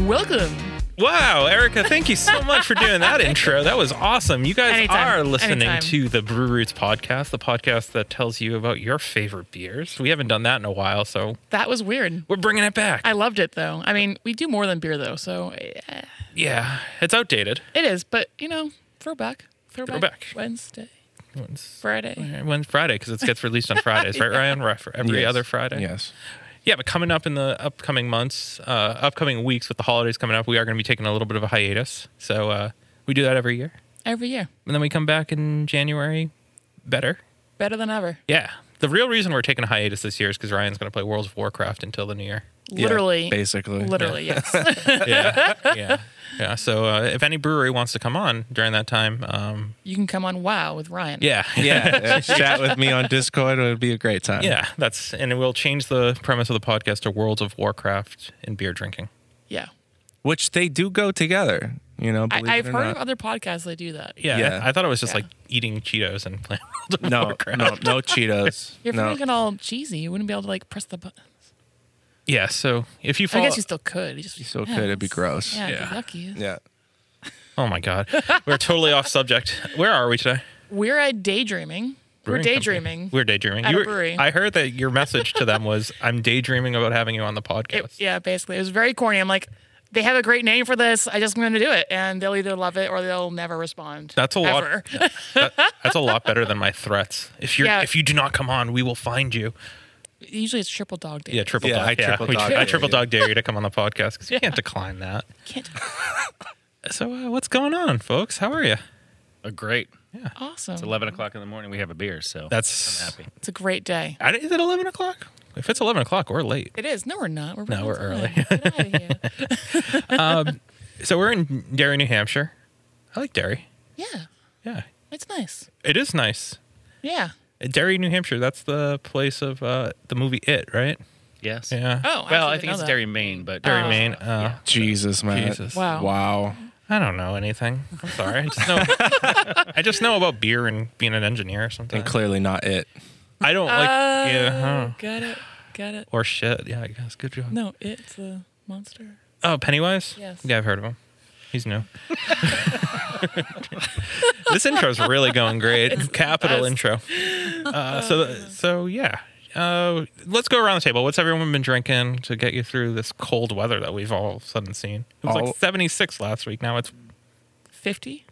Welcome. Wow, Erica, thank you so much for doing that intro. That was awesome. You guys Anytime. are listening Anytime. to the Brew Roots podcast, the podcast that tells you about your favorite beers. We haven't done that in a while, so That was weird. we're bringing it back. I loved it though. I mean, we do more than beer though, so eh, yeah, it's outdated. it is. But you know, throwback, throwback, Throwback. Wednesday, When's, Friday. when's Friday? Because it gets released on Fridays, right, Ryan? Right, for every Yes. other Friday. Yes. Yeah, but coming up in the upcoming months, uh, upcoming weeks with the holidays coming up, we are going to be taking a little bit of a hiatus. So uh, we do that every year. Every year, And then we come back in January better. better than ever. Yeah. The real reason we're taking a hiatus this year is because Ryan's going to play World of Warcraft until the new year. Yeah, Literally, basically. literally, yes. Yeah. yeah. Yeah. So uh, if any brewery wants to come on during that time, um, you can come on Wow with Ryan. yeah. Yeah. chat with me on Discord. It would be a great time. yeah. That's, and we'll change the premise of the podcast to World of Warcraft and beer drinking. yeah. Which they do go together. You know, believe I, I've it or heard not. of other podcasts that do that. Yeah. Yeah. I, I thought it was just Yeah. like eating Cheetos and playing World of no, Warcraft. no, no If Cheetos. you're no. making all cheesy, you wouldn't be able to like press the button. Yeah. So if you I follow, guess you still could. You, just, You still could. It'd be gross. Yeah, yeah. Yeah. yucky. Yeah. oh my God, we're totally off subject. Where are we today? We're at daydreaming. We're Brewing company. daydreaming. We're daydreaming. At You a were- brewery. I heard that your message to them was, "I'm daydreaming about having you on the podcast." It- yeah, basically, it was very corny. I'm like, they have a great name for this. I just going to do it, and they'll either love it or they'll never respond. That's a lot. Ever. That- that's a lot better than my threats. If you are Yeah. if you do not come on, we will find you. Usually, it's triple dog day. Yeah, triple Yeah, dog. I triple we- dog I dare triple you. dog dare you to come on the podcast because you can't decline that. Can't- So uh, what's going on, folks? How are you? Oh, great. awesome. It's 11 o'clock in the morning. We have a beer, so That's I'm happy. It's a great day. I, is it eleven o'clock? If it's eleven o'clock, we're late. It is. No, we're not. We're No, right we're on early. time. Get out of here. So we're in Derry, New Hampshire. I like Derry. yeah, Yeah, it's nice. it is nice. Uh, Yeah. Derry, New Hampshire. That's the place of uh, the movie It, right? Yes. Yeah. Oh, Well, actually didn't I think know it's that. Oh. Dairy, Maine, but Derry, Maine. Uh, Jesus, man. Jesus. Wow. Wow. I don't know anything. I'm sorry. I just know. I just know about beer and being an engineer or something. And clearly not it. I don't like. yeah. I don't know. Oh, Got it. Got it. Or shit. Yeah, I guess. Good job. Uh, No, it's a monster. Oh, Pennywise. Yes. Yeah, I've heard of him. He's new. this intro's really going great. Capital best. intro. Uh, so, so yeah. Uh, let's go around the table. What's everyone been drinking to get you through this cold weather that we've all of a sudden seen? It was Oh. like 76 last week. Now it's Fifty.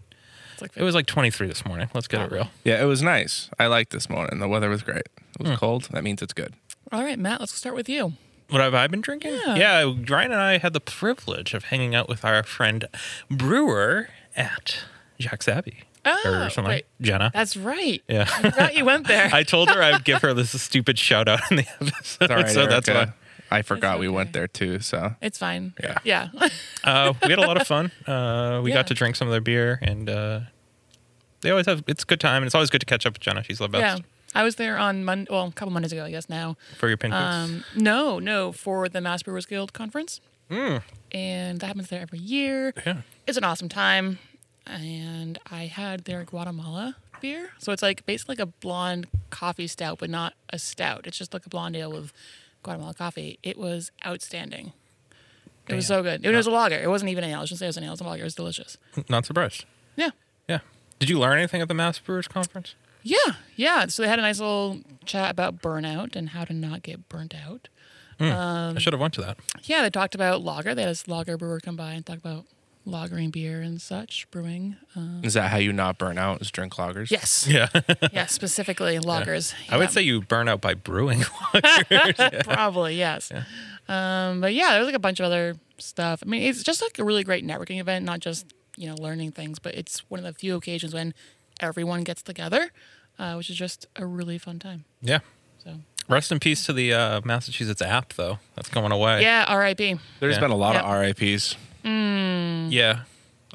It's like it was like 23 this morning. Let's get it real. Yeah, it was nice. I liked this morning. The weather was great. It Hmm. was cold. That means it's good. All right, Matt. Let's start with you. What have I been drinking? Yeah. Ryan and I had the privilege of hanging out with our friend Brewer at Jack's Abbey. Oh, or something. wait. Jenna. That's right. yeah. I forgot you went there. I told her I would give her this stupid shout out in the episode. It's all right, so that's Erica. why. I forgot we okay. went there too. So it's fine. Yeah. Yeah. Uh, we had a lot of fun. Uh, we Yeah. got to drink some of their beer, and uh, they always have. It's a good time, and it's always good to catch up with Jenna. She's the Yeah. best I was there on Monday, well, a couple Mondays ago, I guess now. for your pin quiz. Um, no, no, for the Mass Brewers Guild conference. And that happens there every year. Hmm. yeah, It's an awesome time. And I had their Guatemala beer. So it's like basically like a blonde coffee stout, but not a stout. It's just like a blonde ale with Guatemala coffee. It was outstanding. It was Damn. so good. It was a lager. It wasn't even an ale. I shouldn't say it was an ale. It was a lager. It was delicious. not surprised. Yeah. Yeah. Did you learn anything at the Mass Brewers Conference? Yeah, yeah. So they had a nice little chat about burnout and how to not get burnt out. Um, I should have went to that. Yeah, they talked about lager. They had this lager brewer come by and talk about lagering beer and such, brewing. Uh, is that how you not burn out? Is drink lagers? yes, Yeah, yeah, specifically lagers. I would Yeah, say you burn out by brewing. probably yes. Um, but yeah, there was like a bunch of other stuff. I mean, it's just like a really great networking event, not just you know learning things, but it's one of the few occasions when everyone gets together, uh, which is just a really fun time. yeah. So Rest in peace to the uh, Massachusetts app, though. That's going away. yeah, R.I.P. There's Yeah. been a lot Yeah. of RIPs. yeah,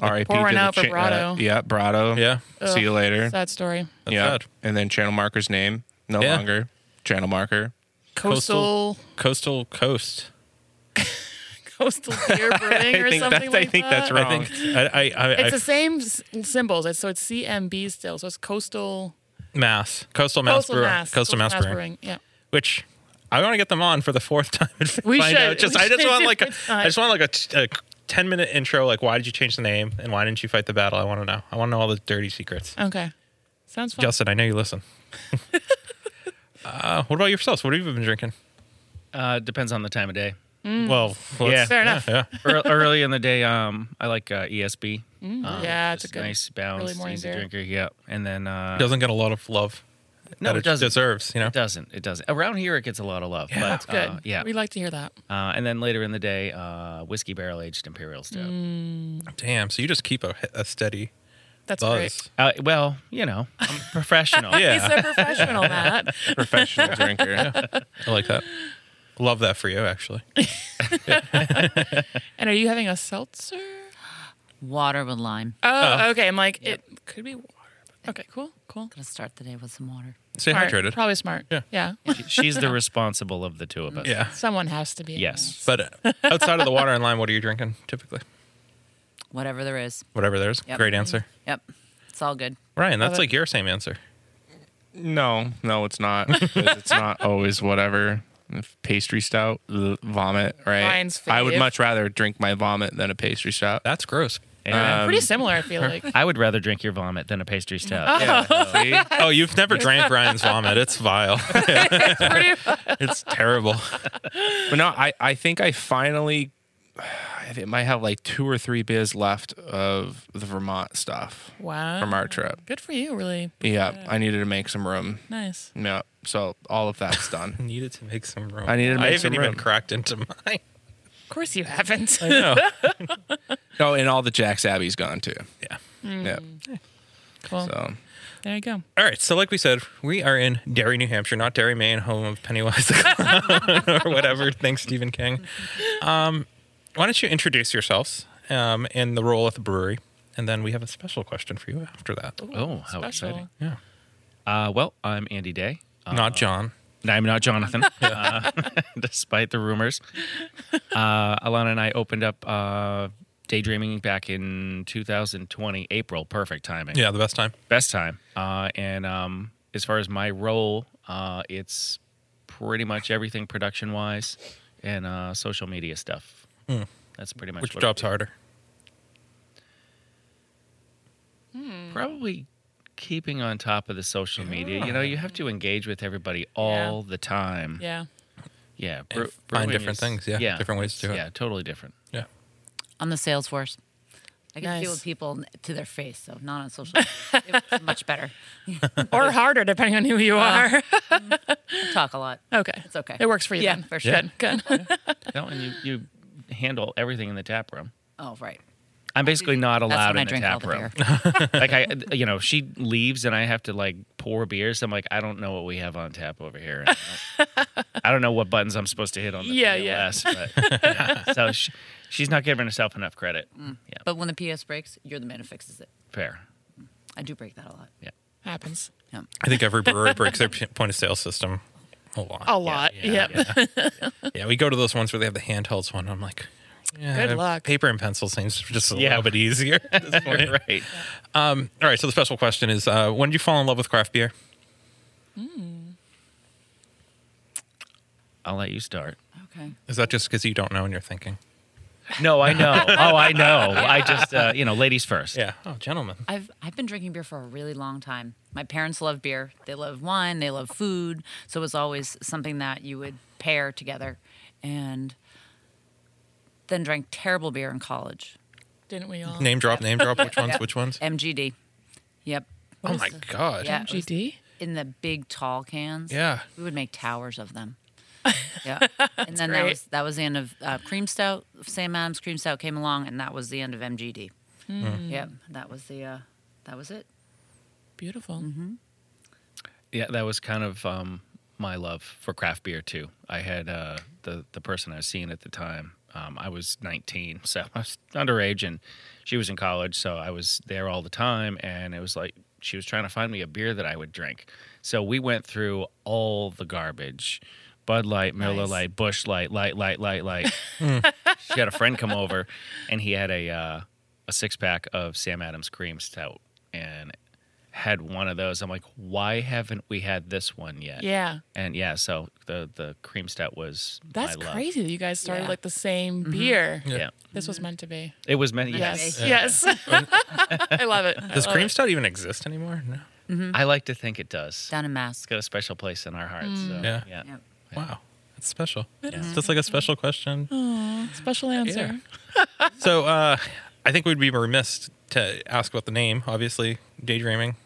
RIP. pouring to the out for Brado. Uh, yeah, Brado. yeah. See you later. Sad story. That's yeah. sad. And then channel marker's name no Yeah. longer channel marker. Coastal- Coastal Coastal Coast. coastal beer brewing or something think that's- I like think that. that's I wrong. think I, I, I, It's I the same s- symbols. It's, so it's CMB still. So it's coastal, Mass, Coastal Mass coastal Brewing, mass, Coastal Mass, Brewing, Yeah. which I want to get them on for the fourth time and We find should. out. Just We I just should want do like a, it. I just want like a, t- a ten minute intro. Like, why did you change the name and why didn't you fight the battle? I want to know. I want to know all the dirty secrets. Okay. Sounds fun. Justin, I know you listen. uh, what about yourselves? What have you been drinking? Uh, depends on the time of day. Well, let's- Mm. Fair enough. Yeah, Ear- Early in the day, um, I like uh, ESB. Um, Mm, yeah, it's a just good nice balanced, early morning easy beer. drinker. Yeah, and then uh, yeah. Doesn't get a lot of love. no, that it doesn't. Deserves, you know. It doesn't. It doesn't. Around here, it gets a lot of love. but, That's good. Uh, yeah. We like to hear that. Uh, and then later in the day, uh, whiskey barrel aged imperial stout. Mm. Damn. So you just keep a, a steady That's great. buzz. Uh, well, you know, I'm professional. Yeah. He's a professional, Matt. Professional drinker. I like that. Love that for you, actually. And are you having a seltzer? Water with lime. Oh, Uh, okay. I'm like, it could be water. but- Okay, cool, cool. Gonna start the day with some water. Stay Smart. hydrated. Probably smart. Yeah. Yeah. She's the responsible of the two of us. Yeah. Someone has to be. Yes. But uh, outside of the water and lime, what are you drinking typically? Whatever there is. Whatever there's. Yep. Great answer. Mm-hmm. Yep. It's all good. Ryan, that's Other- like your same answer. No, no, it's not. 'Cause it's not always whatever. If pastry stout, ugh, vomit, right? Ryan's I would fave. much rather drink my vomit than a pastry stout. That's gross. And Um, Pretty similar, I feel like. I would rather drink your vomit than a pastry Oh, stout. Yeah, see? Oh, you've never drank Ryan's vomit. It's vile. Pretty- it's terrible. But no, I, I think I finally I think might have like two or three beers left of the Vermont stuff wow. from our trip. Good for you, really. Yeah, I needed to make some room. Nice. Yeah, so all of that's done. Needed to make some room. I needed to I make haven't some even room. cracked into mine. Of course you haven't. No. oh, and all the Jack's Abbey's gone too. yeah. Yeah, cool. so There you go. All right. So, like we said, we are in Derry, New Hampshire, not Derry, Maine, home of Pennywise the Clown or whatever. Thanks, Stephen King. Um, why don't you introduce yourselves um, and the role at the brewery? And then we have a special question for you after that. Oh, how exciting. Yeah. Uh, well, I'm Andy Day. Uh, not John. No, I'm not Jonathan, uh, despite the rumors. Uh, Alana and I opened up uh, Daydreaming back in 2020, April. Perfect timing. Yeah, the best time. Best time. Uh, and um, as far as my role, uh, it's pretty much everything production wise and uh, social media stuff. That's pretty much Hmm. Which what I job's do. harder? Probably keeping on top of the social media. You know, you have to engage with everybody all the time. Yeah. Yeah, And bre- find brewing different things, yeah, different ways to do it. Yeah, totally different. Yeah. On the sales force. I can Nice. deal with people to their face, so not on social. media. It's much better. Or harder, depending on who you are. I talk a lot. okay. It's okay. It works for you Yeah, then. for sure. Good. Good. No, and you, you handle everything in the tap room. Oh, right. I'm basically not That's allowed when I in the drink all tap the room. beer. like I, you know, she leaves and I have to like pour beers. I'm like, I don't know what we have on tap over here. I don't- I don't know what buttons I'm supposed to hit on the Yeah, yeah. PLS, But, yeah. So she, she's not giving herself enough credit. Yeah, But when the PS breaks, you're the man who fixes it. fair. I do break that a lot. Yeah. Happens Yeah. I think every brewery breaks their p- point of sale system a lot. a lot. Yeah. Yeah, we go to those ones where they have the handhelds one. I'm like, yeah, Good luck. Paper and pencil seems just a Yeah. little bit easier. at this point. right. Um, all right. So the special question is, uh, when did you fall in love with craft beer? I'll let you start. Okay. Is that just because you don't know and you're thinking? No, I know. Oh, I know. I just, uh, you know, ladies first. Yeah. Oh, gentlemen. I've I've been drinking beer for a really long time. My parents love beer. They love wine. They love food. So it was always something that you would pair together. And then drank terrible beer in college. Didn't we all? Name drop. Name drop. Which ones? Yeah. Which ones? MGD. Yep. Oh my god. Yeah. it was GD? In the big tall cans. Yeah. We would make towers of them. Yeah. And then that great. was that was the end of uh, cream stout. Sam Adams cream stout came along, and that was the end of MGD. Yep. That was the uh, that was it. Beautiful. Mm-hmm. Yeah, that was kind of um, my love for craft beer too. I had uh, the the person I was seeing at the time. Um, I was 19, so I was underage, and she was in college, so I was there all the time. And it was like she was trying to find me a beer that I would drink. So we went through all the garbage. Bud Light, Miller Nice. Light, Bush Light, Light, Light, Light, Light. she had a friend come over, and he had a uh, a six pack of Sam Adams Cream Stout, and had one of those. I'm like, why haven't we had this one yet? Yeah. And yeah, so the the cream stout was That's my love. crazy that you guys started Yeah. Mm-hmm. like the same beer. Yeah. This was meant to be. It was meant. Yes. Yes. Yes. I love it. I Does love cream it. stout even exist anymore? No. I like to think it does. Down in It's Mask. got a special place in our hearts. So, Yeah. yeah. Yep. Wow. That's special. It's just like a special question. Special answer. So uh, I think we'd be remiss to ask about the name. Obviously, daydreaming.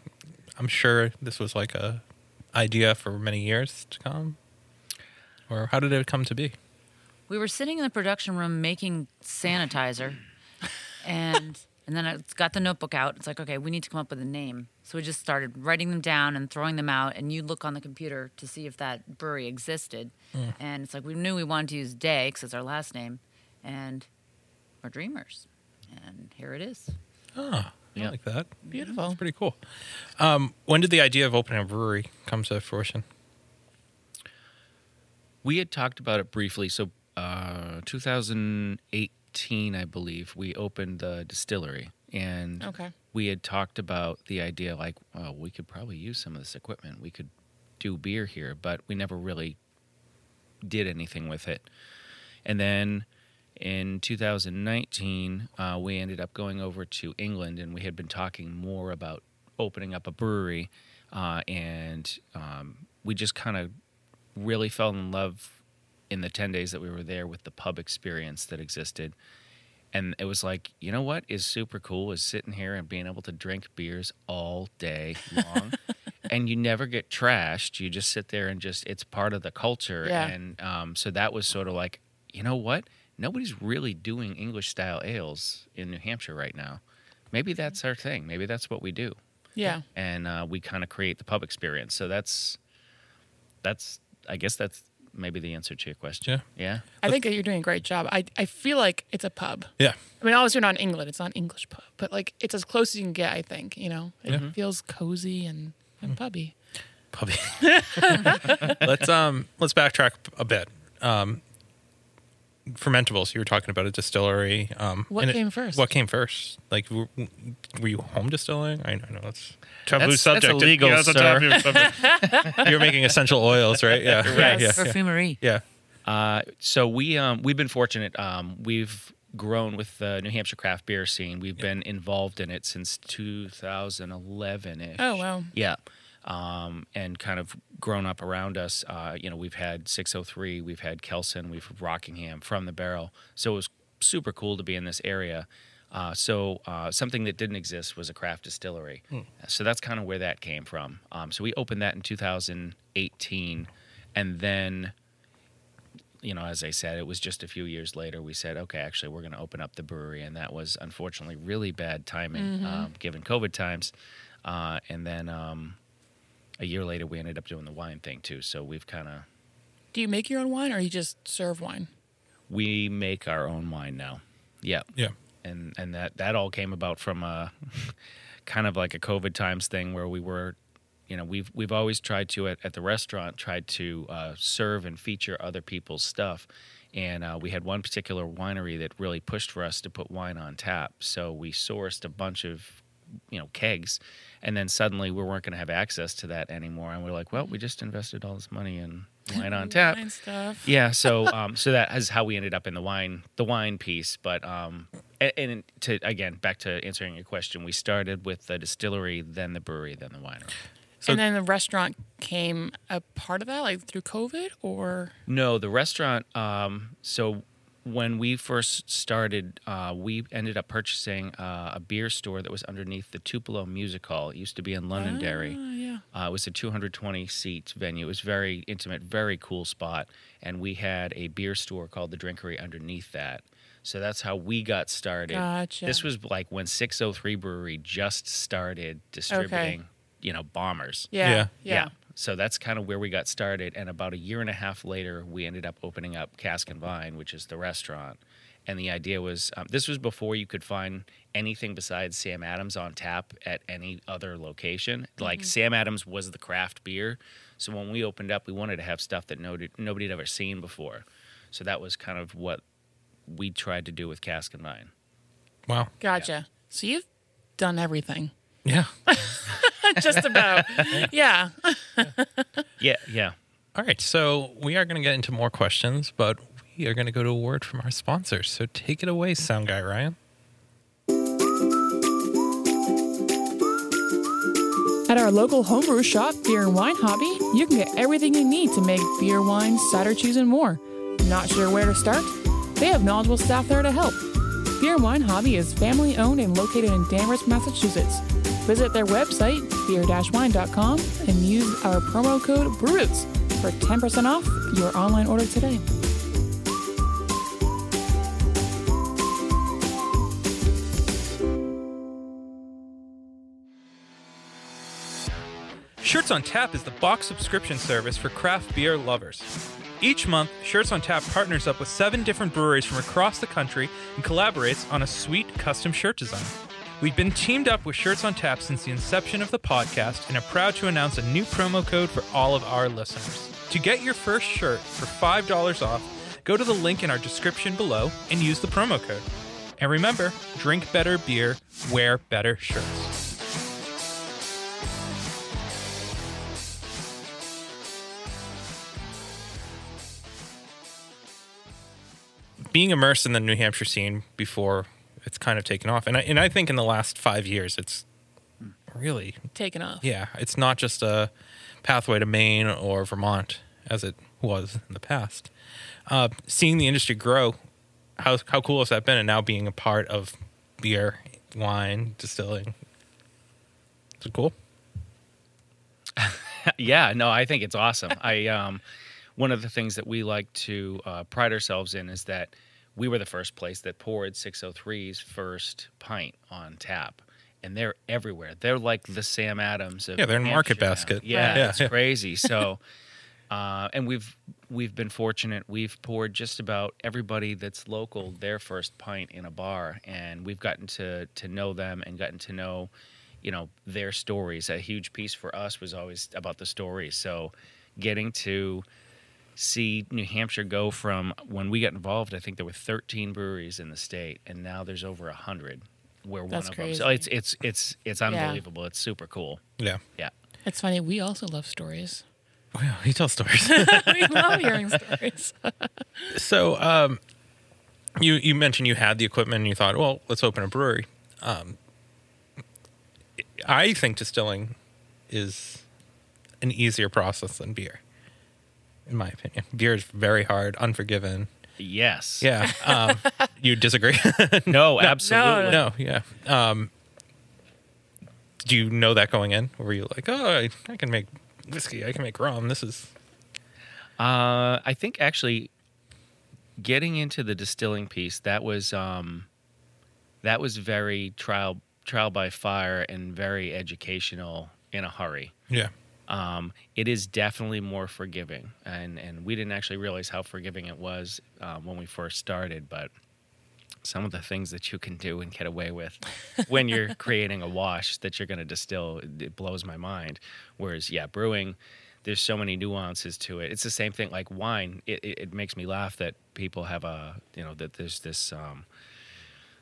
I'm sure this was like a idea for many years to come. Or how did it come to be? We were sitting in the production room making sanitizer, and and then I got the notebook out. It's like, okay, we need to come up with a name. So we just started writing them down and throwing them out. And you look on the computer to see if that brewery existed, Mm. and it's like we knew we wanted to use Day because it's our last name, and we're dreamers, and here it is. Ah, I Yeah. like that. Beautiful. That's pretty cool. Um, when did the idea of opening a brewery come to fruition? We had talked about it briefly. So, uh, 2018, I believe, we opened the distillery, and Okay. we had talked about the idea like, oh, we could probably use some of this equipment. We could do beer here, but we never really did anything with it. And then in 2019, uh, we ended up going over to England, and we had been talking more about opening up a brewery, uh, and um, we just kind of really fell in love in the 10 days that we were there with the pub experience that existed. And it was like, you know what is super cool is sitting here and being able to drink beers all day long. and you never get trashed. You just sit there and just, it's part of the culture. Yeah. And um, so that was sort of like, you know what? Nobody's really doing English style ales in New Hampshire right now. Maybe that's our thing. Maybe that's what we do Yeah. and uh, we kind of create the pub experience. So that's that's I guess that's maybe the answer to your question. Yeah. I think that you're doing a great job. I, I feel like it's a pub. Yeah. I mean, obviously, we're not in England. It's not an English pub, but like it's as close as you can get, I think. You know, it feels cozy and, and pubby. Probably. let's um let's backtrack a bit. Um, fermentables. You were talking about a distillery. Um, What and came first? What came first? Like, w- w- were you home distilling? I know, I know that's taboo That's- that's subject. illegal, Yeah, that's a sir. taboo subject. You're making essential oils, right? Yeah, right. Yeah, yeah. Perfumerie. yeah. Uh, so we um, we've been fortunate. Um, we've grown with the New Hampshire craft beer scene. We've been involved in it since 2011 ish. Oh, wow. Yeah. Um, and kind of grown up around us. Uh, you know, we've had 603, we've had Kelson, we've had Rockingham from the barrel. So it was super cool to be in this area. Uh, so uh, something that didn't exist was a craft distillery. Hmm. So that's kind of where that came from. Um, so we opened that in 2018. And then you know, as I said, it was just a few years later we said, okay, actually, we're going to open up the brewery, and that was unfortunately really bad timing um, given COVID times. Uh, and then um, a year later, we ended up doing the wine thing too. So we've kind of Do you make your own wine or you just serve wine? we make our own wine now. Yeah, yeah. and and that that all came about from a kind of like a COVID times thing where we were, you know, we've we've always tried to at, at the restaurant tried to uh, serve and feature other people's stuff, and uh, we had one particular winery that really pushed for us to put wine on tap, so we sourced a bunch of you know kegs and then suddenly we weren't going to have access to that anymore and we're like well we just invested all this money in wine on tap Wine stuff. yeah, so um, so that is how we ended up in the wine the wine piece. But um, and, and to again back to answering your question, we started with the distillery, then the brewery, then the winery. So- and then the restaurant came a part of that, like through COVID or No, the restaurant. Um, so when we first started, uh, we ended up purchasing uh, a beer store that was underneath the Tupelo Music Hall. It used to be in Londonderry. Oh, yeah. Uh, it was a 220 seat venue. It was very intimate, very cool spot, and we had a beer store called the Drinkery underneath that. So that's how we got started. Gotcha. This was like when 603 Brewery just started distributing, you know, bombers. Yeah. Yeah. Yeah. So that's kind of where we got started. And about a year and a half later, we ended up opening up Cask and Vine, which is the restaurant. And the idea was um, this was before you could find anything besides Sam Adams on tap at any other location. Like Sam Adams was the craft beer. So when we opened up, we wanted to have stuff that nobody, nobody had ever seen before. So that was kind of what we tried to do with Cask and Vine. Wow. Gotcha. So you've done everything. Yeah. just about. Yeah. Yeah, yeah. All right, so we are going to get into more questions, but we are going to go to a word from our sponsors. So take it away, sound guy Ryan. At our local homebrew shop, Beer and Wine Hobby, you can get everything you need to make beer, wine, cider, cheese, and more. Not sure where to start? They have knowledgeable staff there to help. Beer and Wine Hobby is family owned and located in Danvers, Massachusetts. Visit their website, beer wine.com, and use our promo code BREWROOTS for 10% off your online order today. Shirts on Tap is the box subscription service for craft beer lovers. Each month, Shirts on Tap partners up with seven different breweries from across the country and collaborates on a sweet custom shirt design. We've been teamed up with Shirts on Tap since the inception of the podcast and are proud to announce a new promo code for all of our listeners. To get your first shirt for $5 off, go to the link in our description below and use the promo code. And remember, drink better beer, wear better shirts. being immersed in the New Hampshire scene before it's kind of taken off, and I, and I think in the last five years, it's really Taken off. yeah, it's not just a pathway to Maine or Vermont as it was in the past. Uh, seeing the industry grow, how how cool has that been? And now being a part of beer, wine, distilling, it's cool. yeah no i think it's awesome i um one of the things that we like to uh, pride ourselves in is that we were the first place that poured 603's first pint on tap and they're everywhere they're like the sam adams of Hmm. Yeah, they're in New Market Hampshire now. Basket. yeah, Yeah, it's yeah. crazy so uh, and we've we've been fortunate we've poured just about everybody that's local their first pint in a bar and we've gotten to to know them and gotten to know you know their stories a huge piece for us was always about the stories so getting to see New Hampshire go from when we got involved I think there were 13 breweries in the state and now there's over 100 we're one That's of them so it's crazy. it's it's it's unbelievable it's super cool Yeah, yeah It's funny, we also love stories. well, he tells stories. we love hearing stories. So, um, you you mentioned you had the equipment and you thought, well, let's open a brewery. Um, I think distilling is an easier process than beer, in my opinion. Beer is very hard, unforgiven. yes Yeah, um, you disagree? no absolutely no, yeah. Um, do you know that going in? Or were you like, oh, I, I can make whiskey, I can make rum. This is Uh, I think actually getting into the distilling piece that was um, that was very trial trial by fire and very educational in a hurry. yeah, Um, it is definitely more forgiving, and and we didn't actually realize how forgiving it was uh, when we first started, but. Some of the things that you can do and get away with when you're creating a wash that you're going to distill, it it blows my mind. Whereas, yeah, brewing, there's so many nuances to it. It's the same thing like wine. It, it, it makes me laugh that people have a you know that there's this um,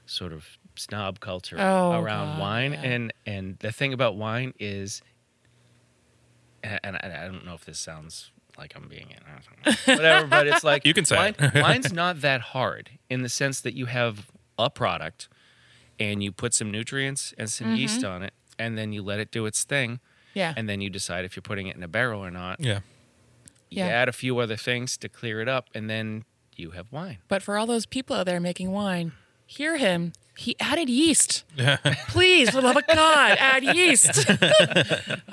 sort of snob culture Oh, around God, wine, yeah. and and the thing about wine is, and, and I I don't know if this sounds like I'm being in whatever, but it's like You can say wine, it. wine's not that hard in the sense that you have a product and you put some nutrients and some yeast on it, and then you let it do its thing. Mm-hmm. Yeah. And then you decide if you're putting it in a barrel or not yeah. you Yeah. add a few other things to clear it up and then you have wine But for all those people out there making wine, hear him. He added yeast. Please, for the love of God, add yeast.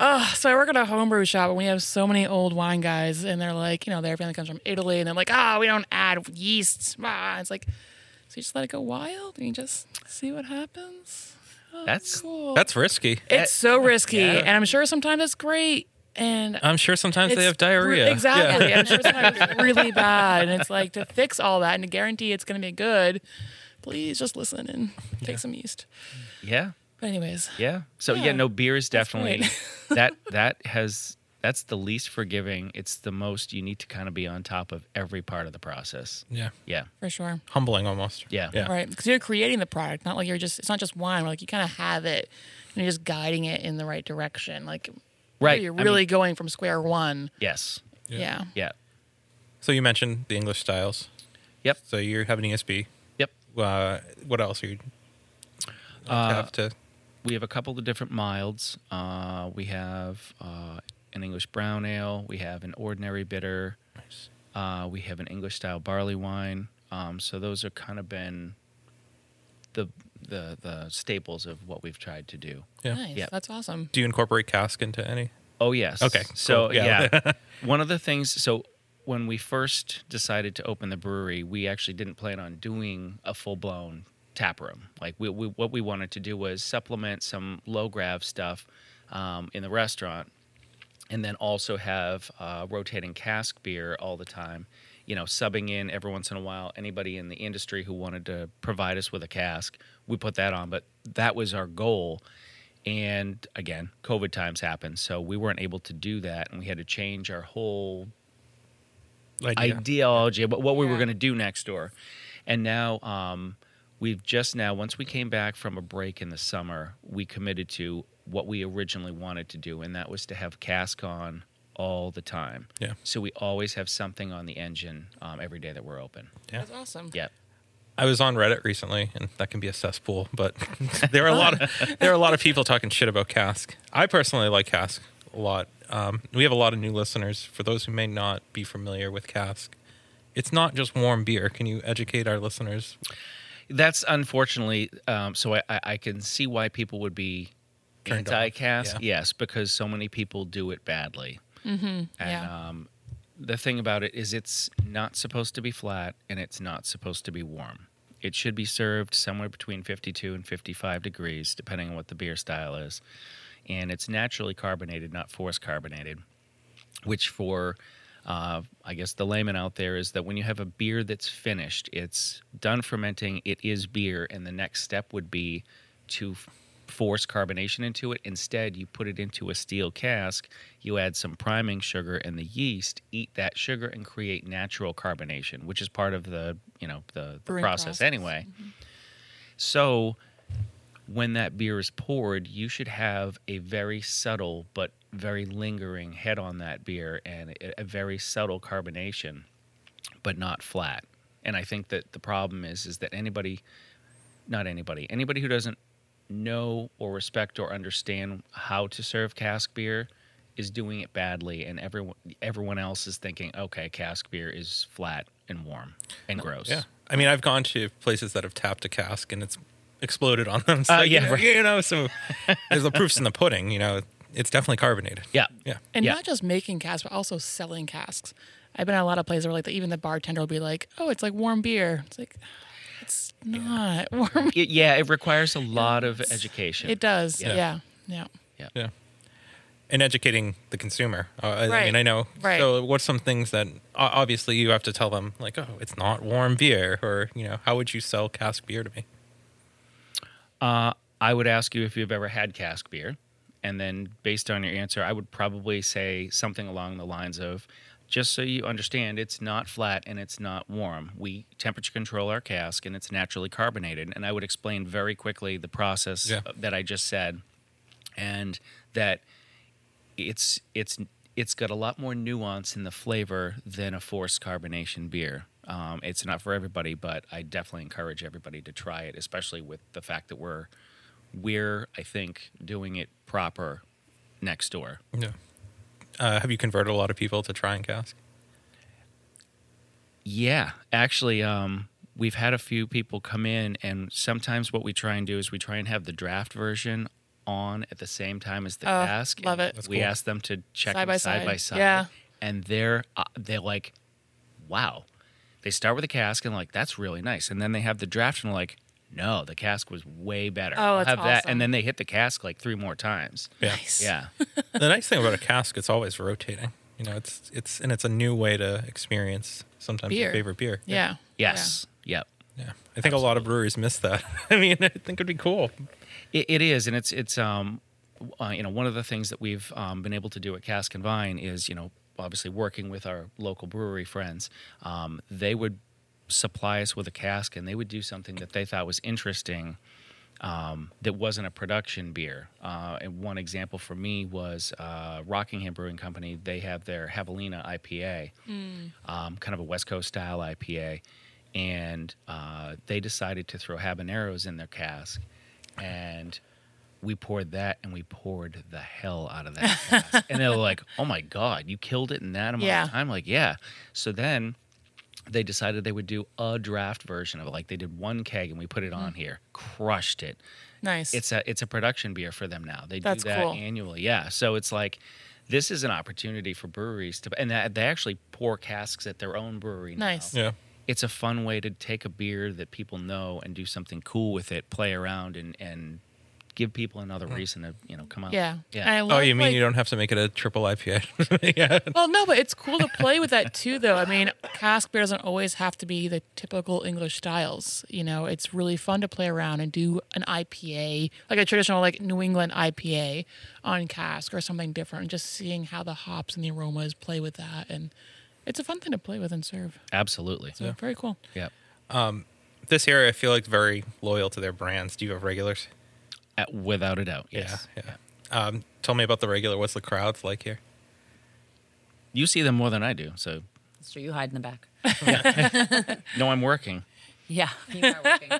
oh, so I work at a homebrew shop and we have so many old wine guys and they're like, you know, their family comes from Italy and they're like, ah, we don't add yeast. Ah. It's like, so you just let it go wild and you just see what happens. Oh, That's- cool. That's risky. it's so risky. Yeah. And I'm sure sometimes it's great. And I'm sure sometimes they it's have diarrhea. br- Yeah. Exactly. I'm sure it's gonna be really bad. And it's like to fix all that and to guarantee it's going to be good, please just listen and take some yeast. yeah But, anyways, yeah so yeah, Yeah, no beer is definitely right. that that has that's the least forgiving it's the most you need to kind of be on top of every part of the process Yeah. yeah for sure. Humbling almost. Yeah. Yeah. Right. Because you're creating the product, not like you're just, it's not just wine. We're like, you kind of have it. and you're just guiding it in the right direction. Like, Right, you're I really mean- going from square one. Yes. Yeah. Yeah. So you mentioned the English styles. Yep. So you have an ESP. Yep. Uh, what else are you like, have to? We have a couple of different milds. Uh, we have uh, an English brown ale. We have an ordinary bitter. Uh, we have an English style barley wine. Um, so those have kind of been the the the staples of what we've tried to do. Yeah. Nice. Yep. That's awesome. Do you incorporate cask into any? Oh yes. Okay, So cool. Yeah. yeah, one of the things. So when we first decided to open the brewery, we actually didn't plan on doing a full blown tap room. Like we, we what we wanted to do was supplement some low grav stuff um, in the restaurant, and then also have uh, rotating cask beer all the time. You know, subbing in every once in a while. Anybody in the industry who wanted to provide us with a cask, we put that on. But that was our goal. And again, COVID times happened, so we weren't able to do that, and we had to change our whole Like ideology about what we were Yeah. going to do next door. And now um, we've just now, once we came back from a break in the summer, we committed to what we originally wanted to do, and that was to have cask on all the time. Yeah. So we always have something on the engine um, every day that we're open. Yeah. That's awesome. Yep. I was on Reddit recently, and that can be a cesspool. But there are a lot of there are a lot of people talking shit about Cask. I personally like Cask a lot. Um, we have a lot of new listeners. For those who may not be familiar with Cask, it's not just warm beer. Can you educate our listeners? That's unfortunately. Um, so I, I, I can see why people would be Turned off, anti-cast. yeah. Yes, because so many people do it badly. And yeah. um, the thing about it is, it's not supposed to be flat, and it's not supposed to be warm. It should be served somewhere between 52 and 55 degrees, depending on what the beer style is. And it's naturally carbonated, not force carbonated which for uh, I guess the layman out there is that when you have a beer that's finished, it's done fermenting, it is beer, and the next step would be to f- force carbonation into it. Instead, you put it into a steel cask, you add some priming sugar, and the yeast eat that sugar and create natural carbonation, which is part of the you know the, the Brewing process. process Mm-hmm. anyway. So when that beer is poured, you should have a very subtle but very lingering head on that beer and a- a very subtle carbonation, but not flat. And I think that the problem is is that anybody, not anybody, anybody who doesn't know or respect or understand how to serve cask beer is doing it badly, and everyone everyone else is thinking, okay, cask beer is flat and warm and gross. Yeah, I mean, I've gone to places that have tapped a cask and it's exploded on Uh, them. So, Oh, you yeah, know- right. you know, so there's the proofs in the pudding. You know, it's definitely carbonated. yeah, Yeah. And Yeah. not just making casks, but also selling casks. I've been at a lot of places where like the, even the bartender will be like, "Oh, it's like warm beer." It's like it's not warm. It- yeah. It requires a lot of education. It does. Yeah. Yeah. Yeah. yeah. Yeah. And educating the consumer. Uh, I- I Right. mean, I know. Right. So, what's some things that o- obviously you have to tell them, like, oh, it's not warm beer, or, you know, how would you sell cask beer to me? I would ask you if you've ever had cask beer. And then based on your answer, I would probably say something along the lines of just so you understand, it's not flat and it's not warm. We temperature control our cask and it's naturally carbonated. And I would explain very quickly the process Yeah. that I just said and that it's it's it's got a lot more nuance in the flavor than a forced carbonation beer. Um, it's not for everybody, but I definitely encourage everybody to try it, especially with the fact that we're we're I think doing it proper next door. Yeah. Uh, have you converted a lot of people to trying cask? Yeah, actually, um, we've had a few people come in, and sometimes what we try and do is we try and have the draft version on at the same time as the Oh, cask. love and it. That's We cool. ask them to check Side them by side side. by side. Yeah. and they're uh, they're like, wow. They start with the cask and like that's really nice, and then they have the draft and like, no, the cask was way better. Oh, I'll that's have that, awesome. and then they hit the cask like three more times. Yeah. Nice. Yeah, the nice thing about a cask, it's always rotating. You know, it's, it's, and it's a new way to experience sometimes your Beer. favorite beer. Yeah. yes, yep. Yeah. I think a lot of breweries miss that. I mean, I think it'd be cool. It, it is, and it's it's um, w- uh, you know one of the things that we've um, been able to do at Cask and Vine is you know obviously working with our local brewery friends, um, they would supply us with a cask and they would do something that they thought was interesting, um, that wasn't a production beer. Uh, and one example for me was uh, Rockingham Brewing Company. They have their Javelina IPA, um, kind of a West Coast style IPA, and uh, they decided to throw habaneros in their cask, and we poured that and we poured the hell out of that cask. and they were like, "Oh my god, you killed it in that amount Yeah. of time!" Like, yeah. So then they decided they would do a draft version of it. Like they did one keg and we put it on here, crushed it. Nice. It's a it's a production beer for them now. They That's do that cool. annually. Yeah. So it's like this is an opportunity for breweries to and that they actually pour casks at their own brewery now. Nice. Yeah. It's a fun way to take a beer that people know and do something cool with it, play around and and give people another reason to, you know, come out. Mm. yeah. And I Yeah. Oh, love, you mean like- you don't have to make it a triple IPA? yeah. Well, no, but it's cool to play with that too, though. I mean, cask beer doesn't always have to be the typical English styles. You know, it's really fun to play around and do an IPA, like a traditional like New England IPA, on cask or something different, and just seeing how the hops and the aromas play with that, and it's a fun thing to play with and serve. Absolutely. So very cool. yeah. This area, I feel like very loyal to their brands. Do you have regulars? Uh, without a doubt. Yes. Yeah. Yeah. Um, tell me about the regular. What's the crowds like here? You see them more than I do, so So you hide in the back. no, I'm working. Yeah, you are working.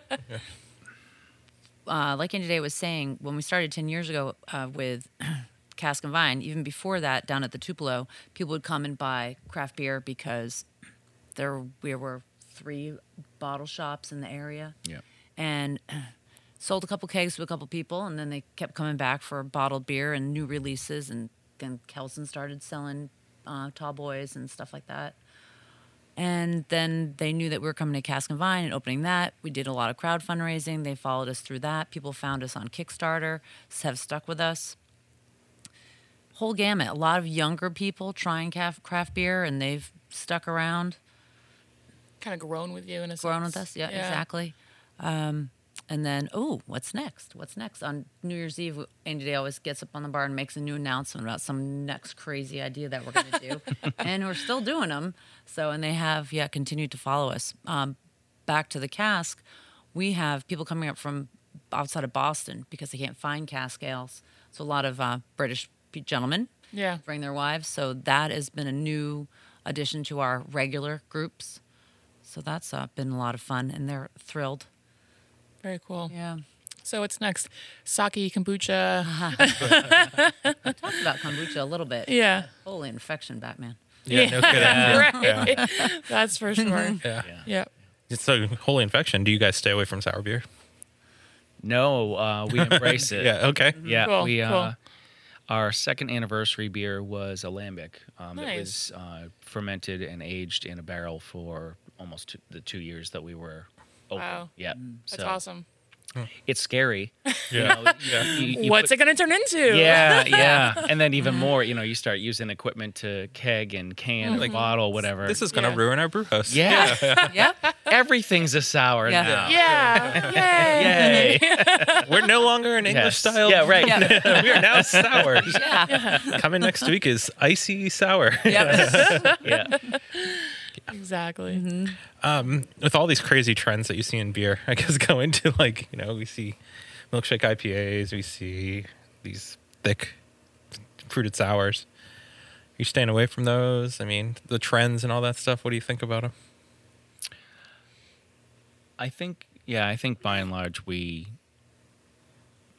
uh, like Andy Day was saying, when we started 10 years ago uh, with Cask and Vine, even before that, down at the Tupelo, people would come and buy craft beer because there we were three bottle shops in the area. Yeah. And sold a couple kegs to a couple people, and then they kept coming back for bottled beer and new releases. And then Kelson started selling uh, tall boys and stuff like that. And then they knew that we were coming to Cask and Vine and opening that. We did a lot of crowd fundraising. They followed us through that. People found us on Kickstarter, s- have stuck with us. Whole gamut. A lot of younger people trying caf- craft beer, and they've stuck around Kind of grown with you in a grown sense. with us. Yeah, exactly. Um, and then, oh, what's next? What's next? On New Year's Eve, Andy Day always gets up on the bar and makes a new announcement about some next crazy idea that we're going to do. and we're still doing them. So, and they have, yeah, continued to follow us. Um, back to the cask, we have people coming up from outside of Boston because they can't find cask ales. So, a lot of uh, British gentlemen Yeah. bring their wives. So that has been a new addition to our regular groups. So that's uh, been a lot of fun, and they're thrilled. Very cool. Yeah. So what's next? Sake, Uh-huh. kombucha. Talk about kombucha a little bit. Yeah. Holy infection, Batman. Yeah. No kidding. Yeah. yeah. That's for sure. Yeah. yeah. It's a holy infection. Do you guys stay away from sour beer? No, uh, we embrace it. Yeah. Mm-hmm. Okay. Yeah, Cool, we uh, cool. our second anniversary beer was a lambic um, that Nice. was uh, fermented and aged in a barrel for almost two, the two years that we were open. Wow. Yeah, Mm, That's awesome. It's scary. Yeah. You- you What's put- it going to turn into? Yeah, yeah, and then even more, you know, you start using equipment to keg and can and Like, bottle, whatever. This is gonna Yeah. ruin our brew house. yeah, Yeah. everything's a sour Yeah. now. Yeah. Yay. Yay! We're no longer an English Yes. style. Yeah, right. we are now sour. Yeah. Coming next week is icy sour. yeah. Exactly. With all these crazy trends that you see in beer, I guess go into like you know we see milkshake IPAs, we see these thick fruited sours. You're staying away from those. I mean, the trends and all that stuff. What do you think about them? I think yeah, I think by and large we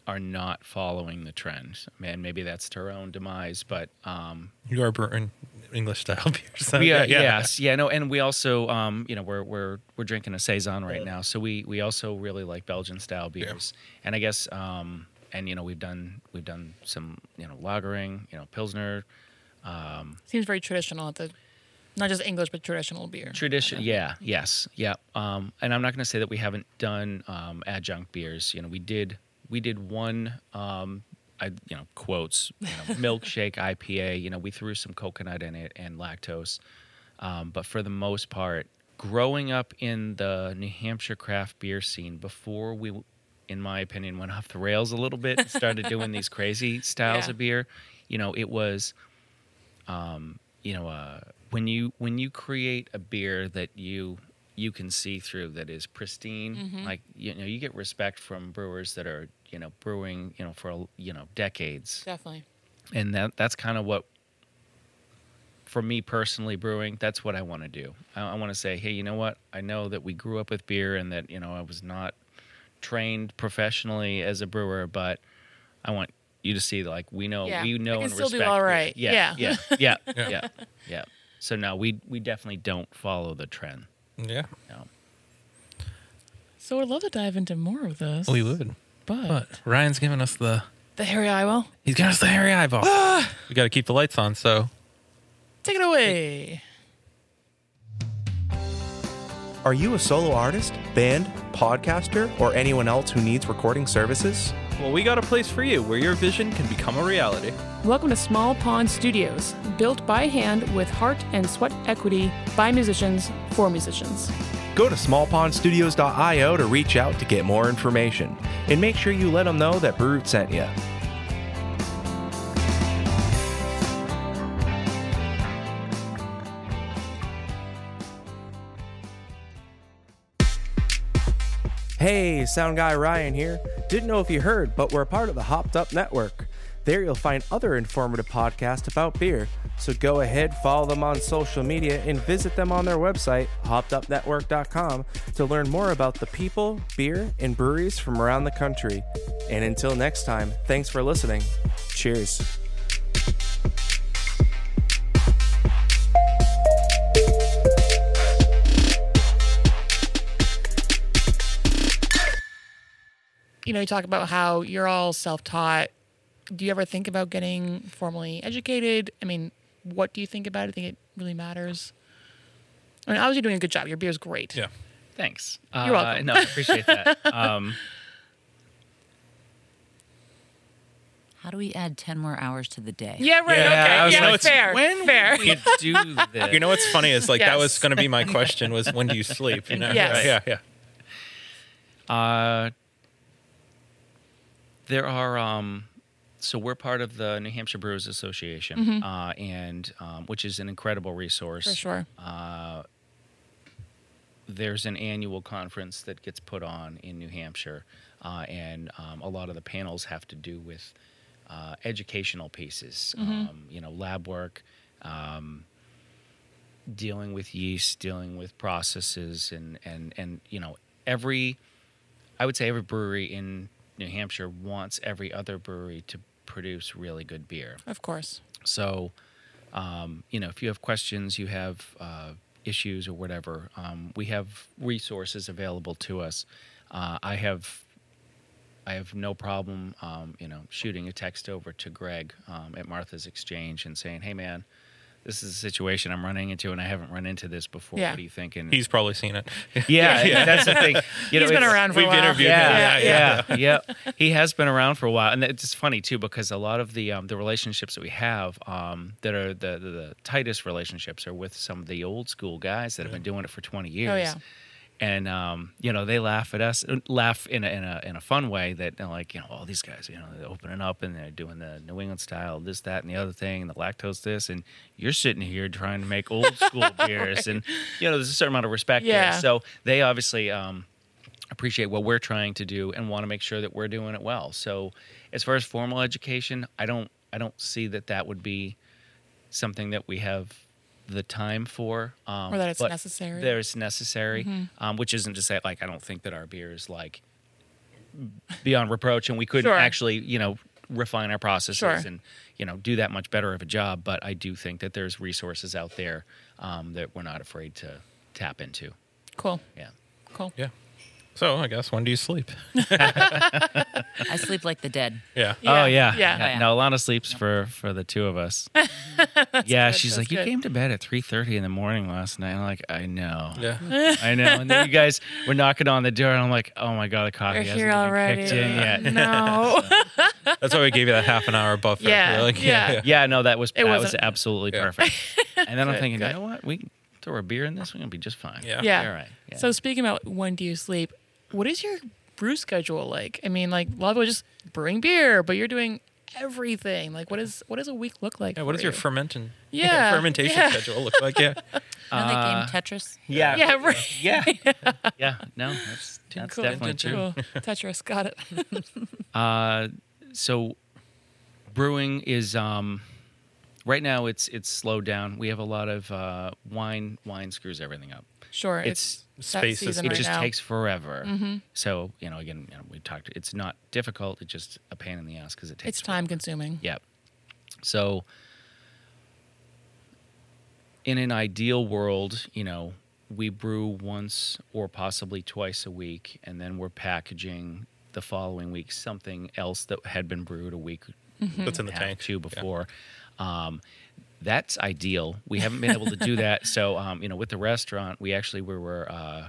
are not following the trend. Man, maybe that's to our own demise, but um You are brewing English style beer. So we are, yes, Uh, yeah, no, and we also um, you know, we're we're we're drinking a saison right now. So we we also really like Belgian style beers. And I guess um and you know, we've done we've done some, you know, lagering, you know, pilsner, Seems very traditional at the not just English but traditional beer. Tradition, yeah, yes, yeah. Um, and I'm not going to say that we haven't done um, adjunct beers. You know, we did we did one, um, I you know quotes you know, milkshake IPA. You know, we threw some coconut in it and lactose, um, but for the most part, growing up in the New Hampshire craft beer scene before we, in my opinion, went off the rails a little bit and started doing these crazy styles Yeah. of beer. You know, it was you know, uh, when you when you create a beer that you you can see through that is pristine. Like you know, you get respect from brewers that are you know brewing you know for you know decades, Definitely. and that that's kind of what for me personally brewing that's what i want to do i, I want to say hey you know what i know that we grew up with beer and that you know i was not trained professionally as a brewer but i want you to see like we know Yeah, we I know can and still do respect all beer. right. yeah yeah yeah Yeah. yeah yeah, so no we we definitely don't follow the trend Yeah. no So I'd love to dive into more of Oh, this. We would. But, But Ryan's giving us the the Harry Iwell, he's giving us the hairy eyeball. we gotta keep the lights on, so take it away. Are you a solo artist, band, podcaster, or anyone else who needs recording services? Well we got a place for you where your vision can become a reality. Welcome to Small Pond Studios, built by hand with heart and sweat equity by musicians for musicians. Go to smallpondstudios.io to reach out to get more information. And make sure you let them know that Brute sent you. Hey, sound guy Ryan here. Didn't know if you heard, but we're a part of the Hopped Up Network. There you'll find other informative podcasts about beer, so go ahead, follow them on social media, and visit them on their website, hoppedupnetwork.com, to learn more about the people, beer, and breweries from around the country. And until next time, thanks for listening. Cheers. You know, you talk about how you're all self taught. Do you ever think about getting formally educated? I mean, what do you think about it? Do you think it really matters? I mean, obviously, you're doing a good job. Your beer's great. Yeah. thanks You're Uh, welcome. no i appreciate that um How do we add 10 more hours to the day? Yeah, right. Yeah, okay. I was yeah, like, fair. fair. we do this You know what's funny is like that Yes. was gonna be my question was when do you sleep? You know? Yes. Yeah, yeah. Uh, there are um, so we're part of the New Hampshire Brewers Association, uh, and um, which is an incredible resource. Mm-hmm. For sure. There's an annual conference that gets put on in New Hampshire, uh, and um, a lot of the panels have to do with uh, educational pieces. Um, you know, lab work. Um, dealing with yeast, dealing with processes, and and and you know every, I would say every brewery in New Hampshire wants every other brewery to produce really good beer. Of course. So, um, you know, if you have questions, you have uh, issues or whatever, um, we have resources available to us. Uh, I have. I have no problem, um, you know, shooting a text over to Greg um, at Martha's Exchange and saying, "Hey, man, this is a situation I'm running into, and I haven't run into this before. Yeah. What do you think?" And He's probably seen it. yeah, that's the thing. You He's been it's- around for a we've while. interviewed him. yeah, yeah, yeah, He has been around for a while, and it's funny too because a lot of the um, the relationships that we have um, that are the, the the tightest relationships are with some of the old school guys that have been doing it for twenty years. yeah. And um, you know they laugh at us, laugh in a, in a in a fun way that you know, like you know all these guys you know they're opening up and they're doing the New England style this that and the other thing and the lactose this and you're sitting here trying to make old school beers and you know there's a certain amount of respect Yeah. there. So they obviously um, appreciate what we're trying to do and want to make sure that we're doing it well. So, as far as formal education, I don't I don't see that that would be something that we have the time for, um, Or that it's but necessary. Mm-hmm. There it's necessary, um, which isn't to say like I don't think that our beer is like beyond reproach, and we couldn't Sure. actually you know refine our processes Sure. and you know do that much better of a job. But I do think that there's resources out there um, that we're not afraid to tap into. Cool. Yeah. Cool. Yeah. So I guess when do you sleep? I sleep like the dead. Yeah. Yeah, Oh yeah. yeah. Yeah. No, Alana sleeps for for the two of us. yeah, she's that's like, you good. came to bed at three thirty in the morning last night. I'm like, I know. Yeah. I know. And then you guys were knocking on the door, and I'm like, oh my god, the coffee We're hasn't here even already. kicked in yet. No. That's why we gave you that half an hour buffer. Yeah, We're like, yeah. Yeah, no, that was It that was wasn't- absolutely Yeah. perfect. And then I'm Good, thinking, good. you know what? We can throw a beer in this, we're gonna be just fine. Yeah. yeah. All right. Yeah. So speaking about when do you sleep, what is your brew schedule like? I mean, like a lot of people just brewing beer, but you're doing everything. Like, what is what does a week look like? Yeah, what for does your you? fermentation Yeah, fermentation yeah. schedule look like? Yeah. And Uh. they game Tetris. Yeah. Yeah, right. Yeah. Yeah, no, that's, that's Cool. definitely true. Cool. Tetris, got it. Uh, so brewing is um, right now it's it's slowed down. We have a lot of uh, wine. Wine screws everything up. Sure. It's- It's, that space is- season It right just now. Mm-hmm. takes forever. So you know, again, you know, we talked. It's not difficult. It's just a pain in the ass because it takes It's time consuming. Yeah. So, in an ideal world, you know, we brew once or possibly twice a week, and then we're packaging the following week something else that had been brewed a week That's in the and a half, tank. two before. Um, that's ideal. We haven't been able to do that. So, um, you know, with the restaurant, we actually we were uh,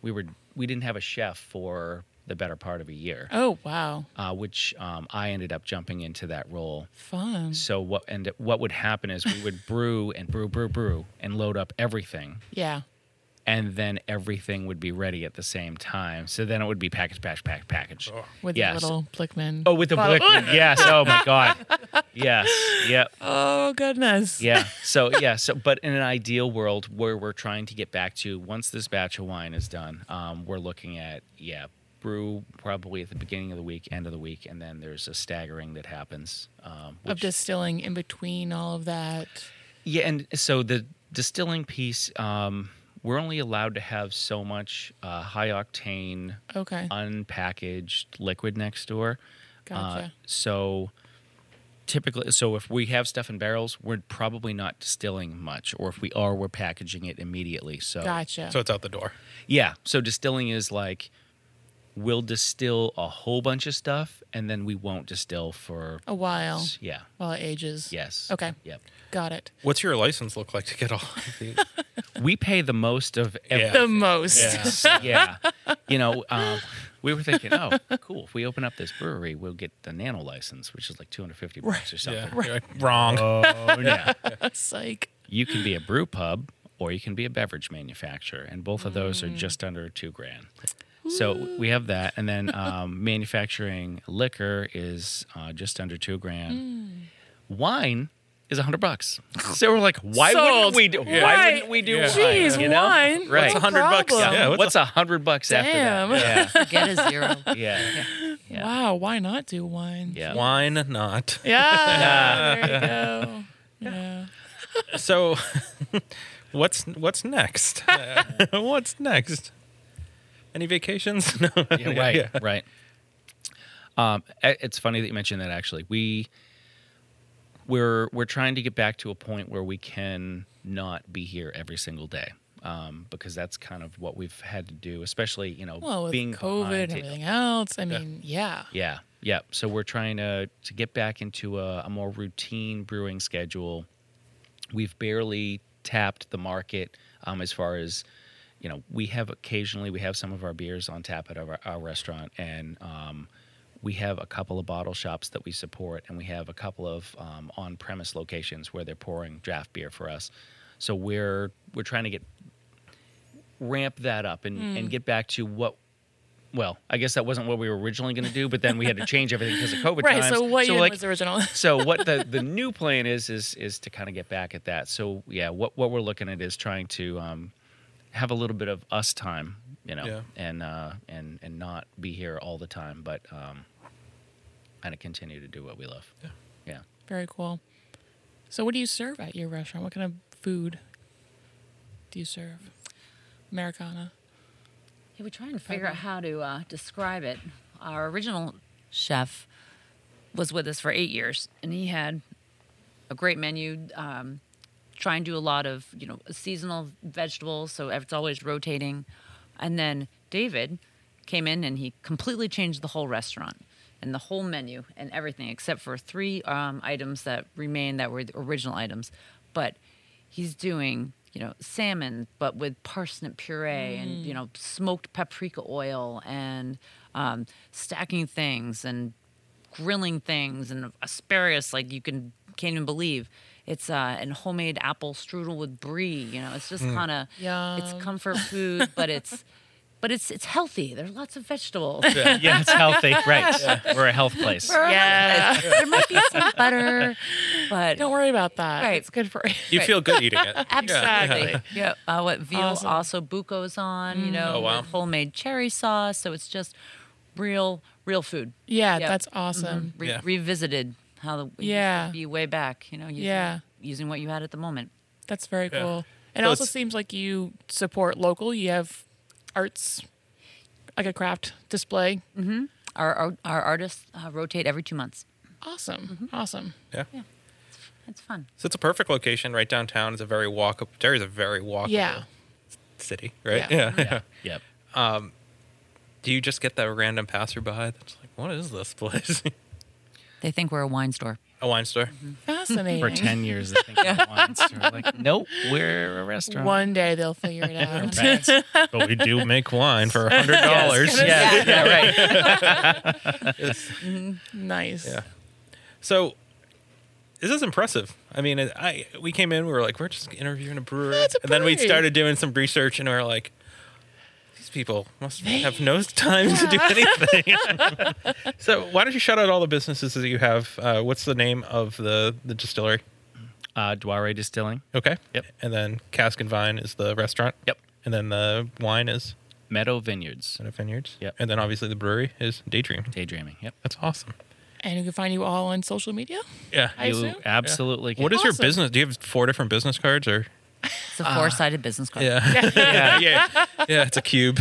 we were we didn't have a chef for the better part of a year, Oh, wow. uh, which um, I ended up jumping into that role. Fun. So what and what would happen is we would brew and brew, brew, brew, and load up everything, Yeah. and then everything would be ready at the same time. So then it would be package, package, package, package. With Yes. the little Blickman. Oh, with the bottle. Blickman, yes. Oh my God, yes, yep, Oh, goodness. yeah. So yeah, so but in an ideal world where we're trying to get back to once this batch of wine is done, um, we're looking at yeah, brew probably at the beginning of the week, end of the week, and then there's a staggering that happens. Um, Of which- distilling in between all of that. Yeah, and so the distilling piece, um, we're only allowed to have so much uh, high octane, Okay. Uh, unpackaged liquid next door. Uh, Gotcha. so typically, so if we have stuff in barrels, we're probably not distilling much, or if we are, we're packaging it immediately. So gotcha. So it's out the door. yeah, so distilling is like we'll distill a whole bunch of stuff, and then we won't distill for a while. yeah, While it ages. yes, Oh, Okay. yep. Got it. What's your license look like to get all of these? We pay the most of everything. Yeah. The most. yeah. You know, um, we were thinking, oh, cool. If we open up this brewery, we'll get the nano license, which is like 250 bucks or Yeah. something. You're like, Wrong. Oh, yeah. Psych. You can be a brew pub or you can be a beverage manufacturer, and both of those are just under two grand. So we have that, and then um, manufacturing liquor is uh, just under two grand. Wine is a hundred bucks. So we're like, why Sold. wouldn't we do? Why Right. wouldn't we do? Yeah. Jeez, wine, you know? wine. Right. What's It's a 100 bucks. Yeah. what's What's a hundred bucks after that? Yeah. Get a zero. Yeah. Yeah. Wow. Why not do wine? Yeah. Wine not. Yeah. there you go. Yeah. So what's what's next? what's next? Any vacations? No. Yeah, right. Yeah. Right. Um, i- it's funny that you mentioned that. Actually, we we're we're trying to get back to a point where we can not be here every single day. Um, because that's kind of what we've had to do, especially you know Well, with being COVID and behind it. everything else, I mean, yeah. Yeah, yeah. So we're trying to to get back into a, a more routine brewing schedule. We've barely tapped the market um, as far as you know. We have occasionally we have some of our beers on tap at our, our restaurant, and um, we have a couple of bottle shops that we support, and we have a couple of um, on premise locations where they're pouring draft beer for us. So we're we're trying to get ramp that up and, Hmm. and get back to what well, I guess that wasn't what we were originally going to do, but then we had to change everything because of COVID Right. times. So what so year like, was the original? so what the, the new plan is is is to kind of get back at that. So yeah, what what we're looking at is trying to um, have a little bit of us time, you know, Yeah. and uh, and and not be here all the time, but um, kind of continue to do what we love. Yeah. yeah. Very cool. So, what do you serve at your restaurant? What kind of food do you serve? Americana. Yeah, we try and figure out how to uh, describe it. Our original chef was with us for eight years, and he had a great menu. Um, try and do a lot of you know seasonal vegetables, so it's always rotating. And then David came in and he completely changed the whole restaurant and the whole menu and everything except for three um, items that remain that were the original items. But he's doing you know salmon but with parsnip puree and you know smoked paprika oil and um, stacking things and grilling things and asparagus like you can can't even believe it's uh and homemade Mm. apple strudel with brie you know it's just kind of it's Yum. comfort food but it's but it's it's healthy. There's lots of vegetables. yeah, it's healthy. Right. We're a health place. Yeah. there might be some butter, but Don't worry about that. Right. It's good for you. You feel good eating it. Absolutely. Exactly. Yeah. Uh, what veal Awesome. Mm. also bucos on, you know, Oh, wow. with homemade cherry sauce. So it's just real, real food. Yeah, Yep. that's awesome. Re- Yeah. Revisited how the it used to Yeah. be way back, you know, using, Yeah. using what you had at the moment. That's very Yeah. cool. And It So also it's- seems like you support local. You have arts, like a craft display. Our our, our artists uh, rotate every two months. Awesome. Awesome. Yeah. It's fun. So it's a perfect location right downtown. It's a very walkable. Derry's a very walkable Yeah. city, right? Yeah. yeah. Yep. Do you just get that random passerby that's like, what is this place? They think we're a wine store. a wine store. Fascinating. For 10 years, they think yeah. wine store. Like, nope, we're a restaurant. One day they'll figure it out. Right. But we do make wine for hundred dollars. Yes. yeah, yeah, right. nice. Yeah. So this is impressive. I mean, it- I we came in, we were like, we're just interviewing a brewer, That's a and then we brewery. started doing some research, and we are like, these people must have no time to do anything. so why don't you shout out all the businesses that you have? Uh, what's the name of the the distillery? Uh, Dware Distilling, Okay. Yep. And then Cask and Vine is the restaurant. Yep. And then the wine is Meadow Vineyards, Meadow Vineyards. Yep. And then obviously the brewery is Daydream. Daydreaming. Yep. That's awesome. And you can find you all on social media. Yeah. I you assume? absolutely What is your Awesome. business? Do you have four different business cards or? It's a four sided business card. Yeah. yeah. Yeah. Yeah. It's a cube.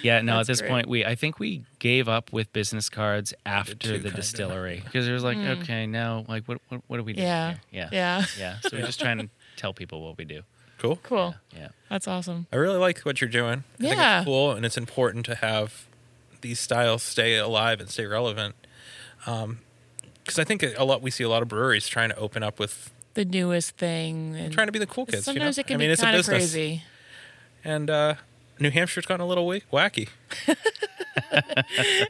Yeah, no, at That's this great. point we I think we gave up with business cards after too, the kinda. distillery because it was like, okay, now like what what what do we do? Hmm. Yeah. Yeah. Yeah. Yeah. So we're just trying to tell people what we do. cool. Cool. Yeah. That's awesome. I really like what you're doing. I think Yeah. it's cool and it's important to have these styles stay alive and stay relevant. Because I think a lot we see a lot of breweries trying to open up with The newest thing. And trying to be the cool kids. Sometimes you know? it can I mean, be it's a kind of business. crazy. And uh, New Hampshire's gotten a little wa- wacky.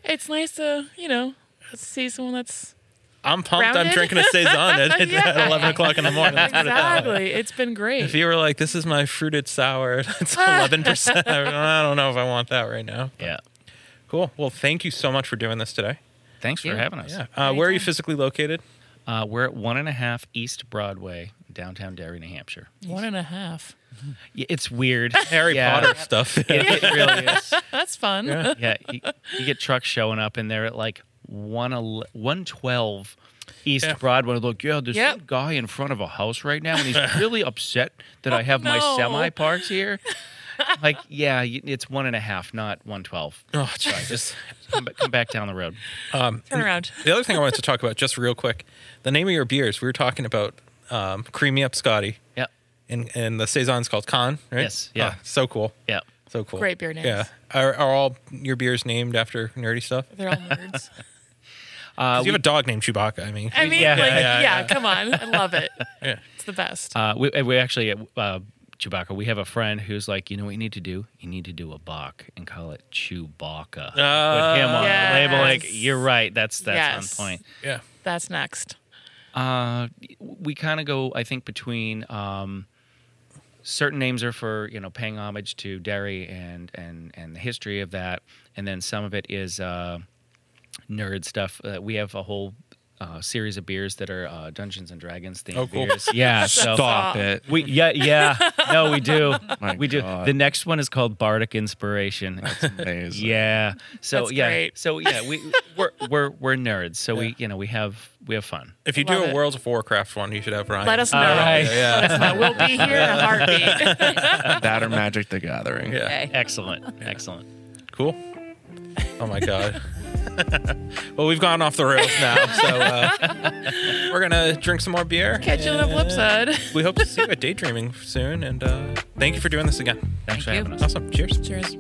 It's nice to, you know, see someone that's I'm pumped. I'm Rounded? drinking a saison at, at Yeah. 11 o'clock in the morning. Let's put it that way. exactly. It's been great. If you were like, "This is my fruited sour," that's 11. percent I don't know if I want that right now. Yeah. Cool. Well, thank you so much for doing this today. Thanks for you. having us. Yeah. Uh, where are you physically located? Uh, we're at one and a half East Broadway, downtown Derry, New Hampshire. One and a half. Yeah, it's weird. Harry Uh, Yeah. Potter stuff. It, it really is. That's fun. Yeah. You, you get trucks showing up and they're at like one ele- 112 East Yeah. Broadway. Look, yeah, there's Yep. some guy in front of a house right now and he's really upset that I have my Oh, no. semi parked here. Like, yeah, you- it's one and a half, not 112. oh, Jesus. Come, ba- come back down the road. Turn around. The other thing I wanted to talk about, just real quick, the name of your beers. We were talking about um, Creamy Up Scotty, Yeah. and and the saison's called Con, right? Yes, yeah. Ah, so cool. Yeah. So cool. Great beer names. Yeah. Are, are all your beers named after nerdy stuff? They're all nerds. Uh, 'Cause you have a dog named Chewbacca. I mean, I mean, Yeah. like, yeah, Yeah, yeah. come on. I love it. Yeah. It's the best. Uh, we, we actually, uh, Chewbacca, we have a friend who's like, you know what you need to do? You need to do a Bach and call it Chewbacca. Ah. Put him on Yes. the label. Like, you're right. That's that's Yes. on point. yeah. That's next. Uh, we kind of go, I think, between um, certain names are for you know paying homage to Derry and and and the history of that, and then some of it is uh, nerd stuff. Uh, we have a whole. Uh, series of beers that are uh, Dungeons and Dragons themed Oh, cool. beers. Yeah, so Stop it. we yeah yeah no we do My we do. God. The next one is called Bardic Inspiration. Amazing. yeah, so That's yeah, great. so yeah, we we're we're, we're nerds, so we you know we have we have fun. If you Love do a it. World of Warcraft one, you should have Ryan. Let us know. All right. Let Yeah. us know. We'll be here in a heartbeat. that or Magic the Gathering. Yeah. Okay. Excellent, excellent. Cool. Oh my god. well, we've gone off the rails now, so uh, we're gonna drink some more beer. Catch you on the flip side. We hope to see you at Daydreaming soon, and uh, thank you for doing this again. Thanks Thank for you. having us. Awesome. Cheers. Cheers.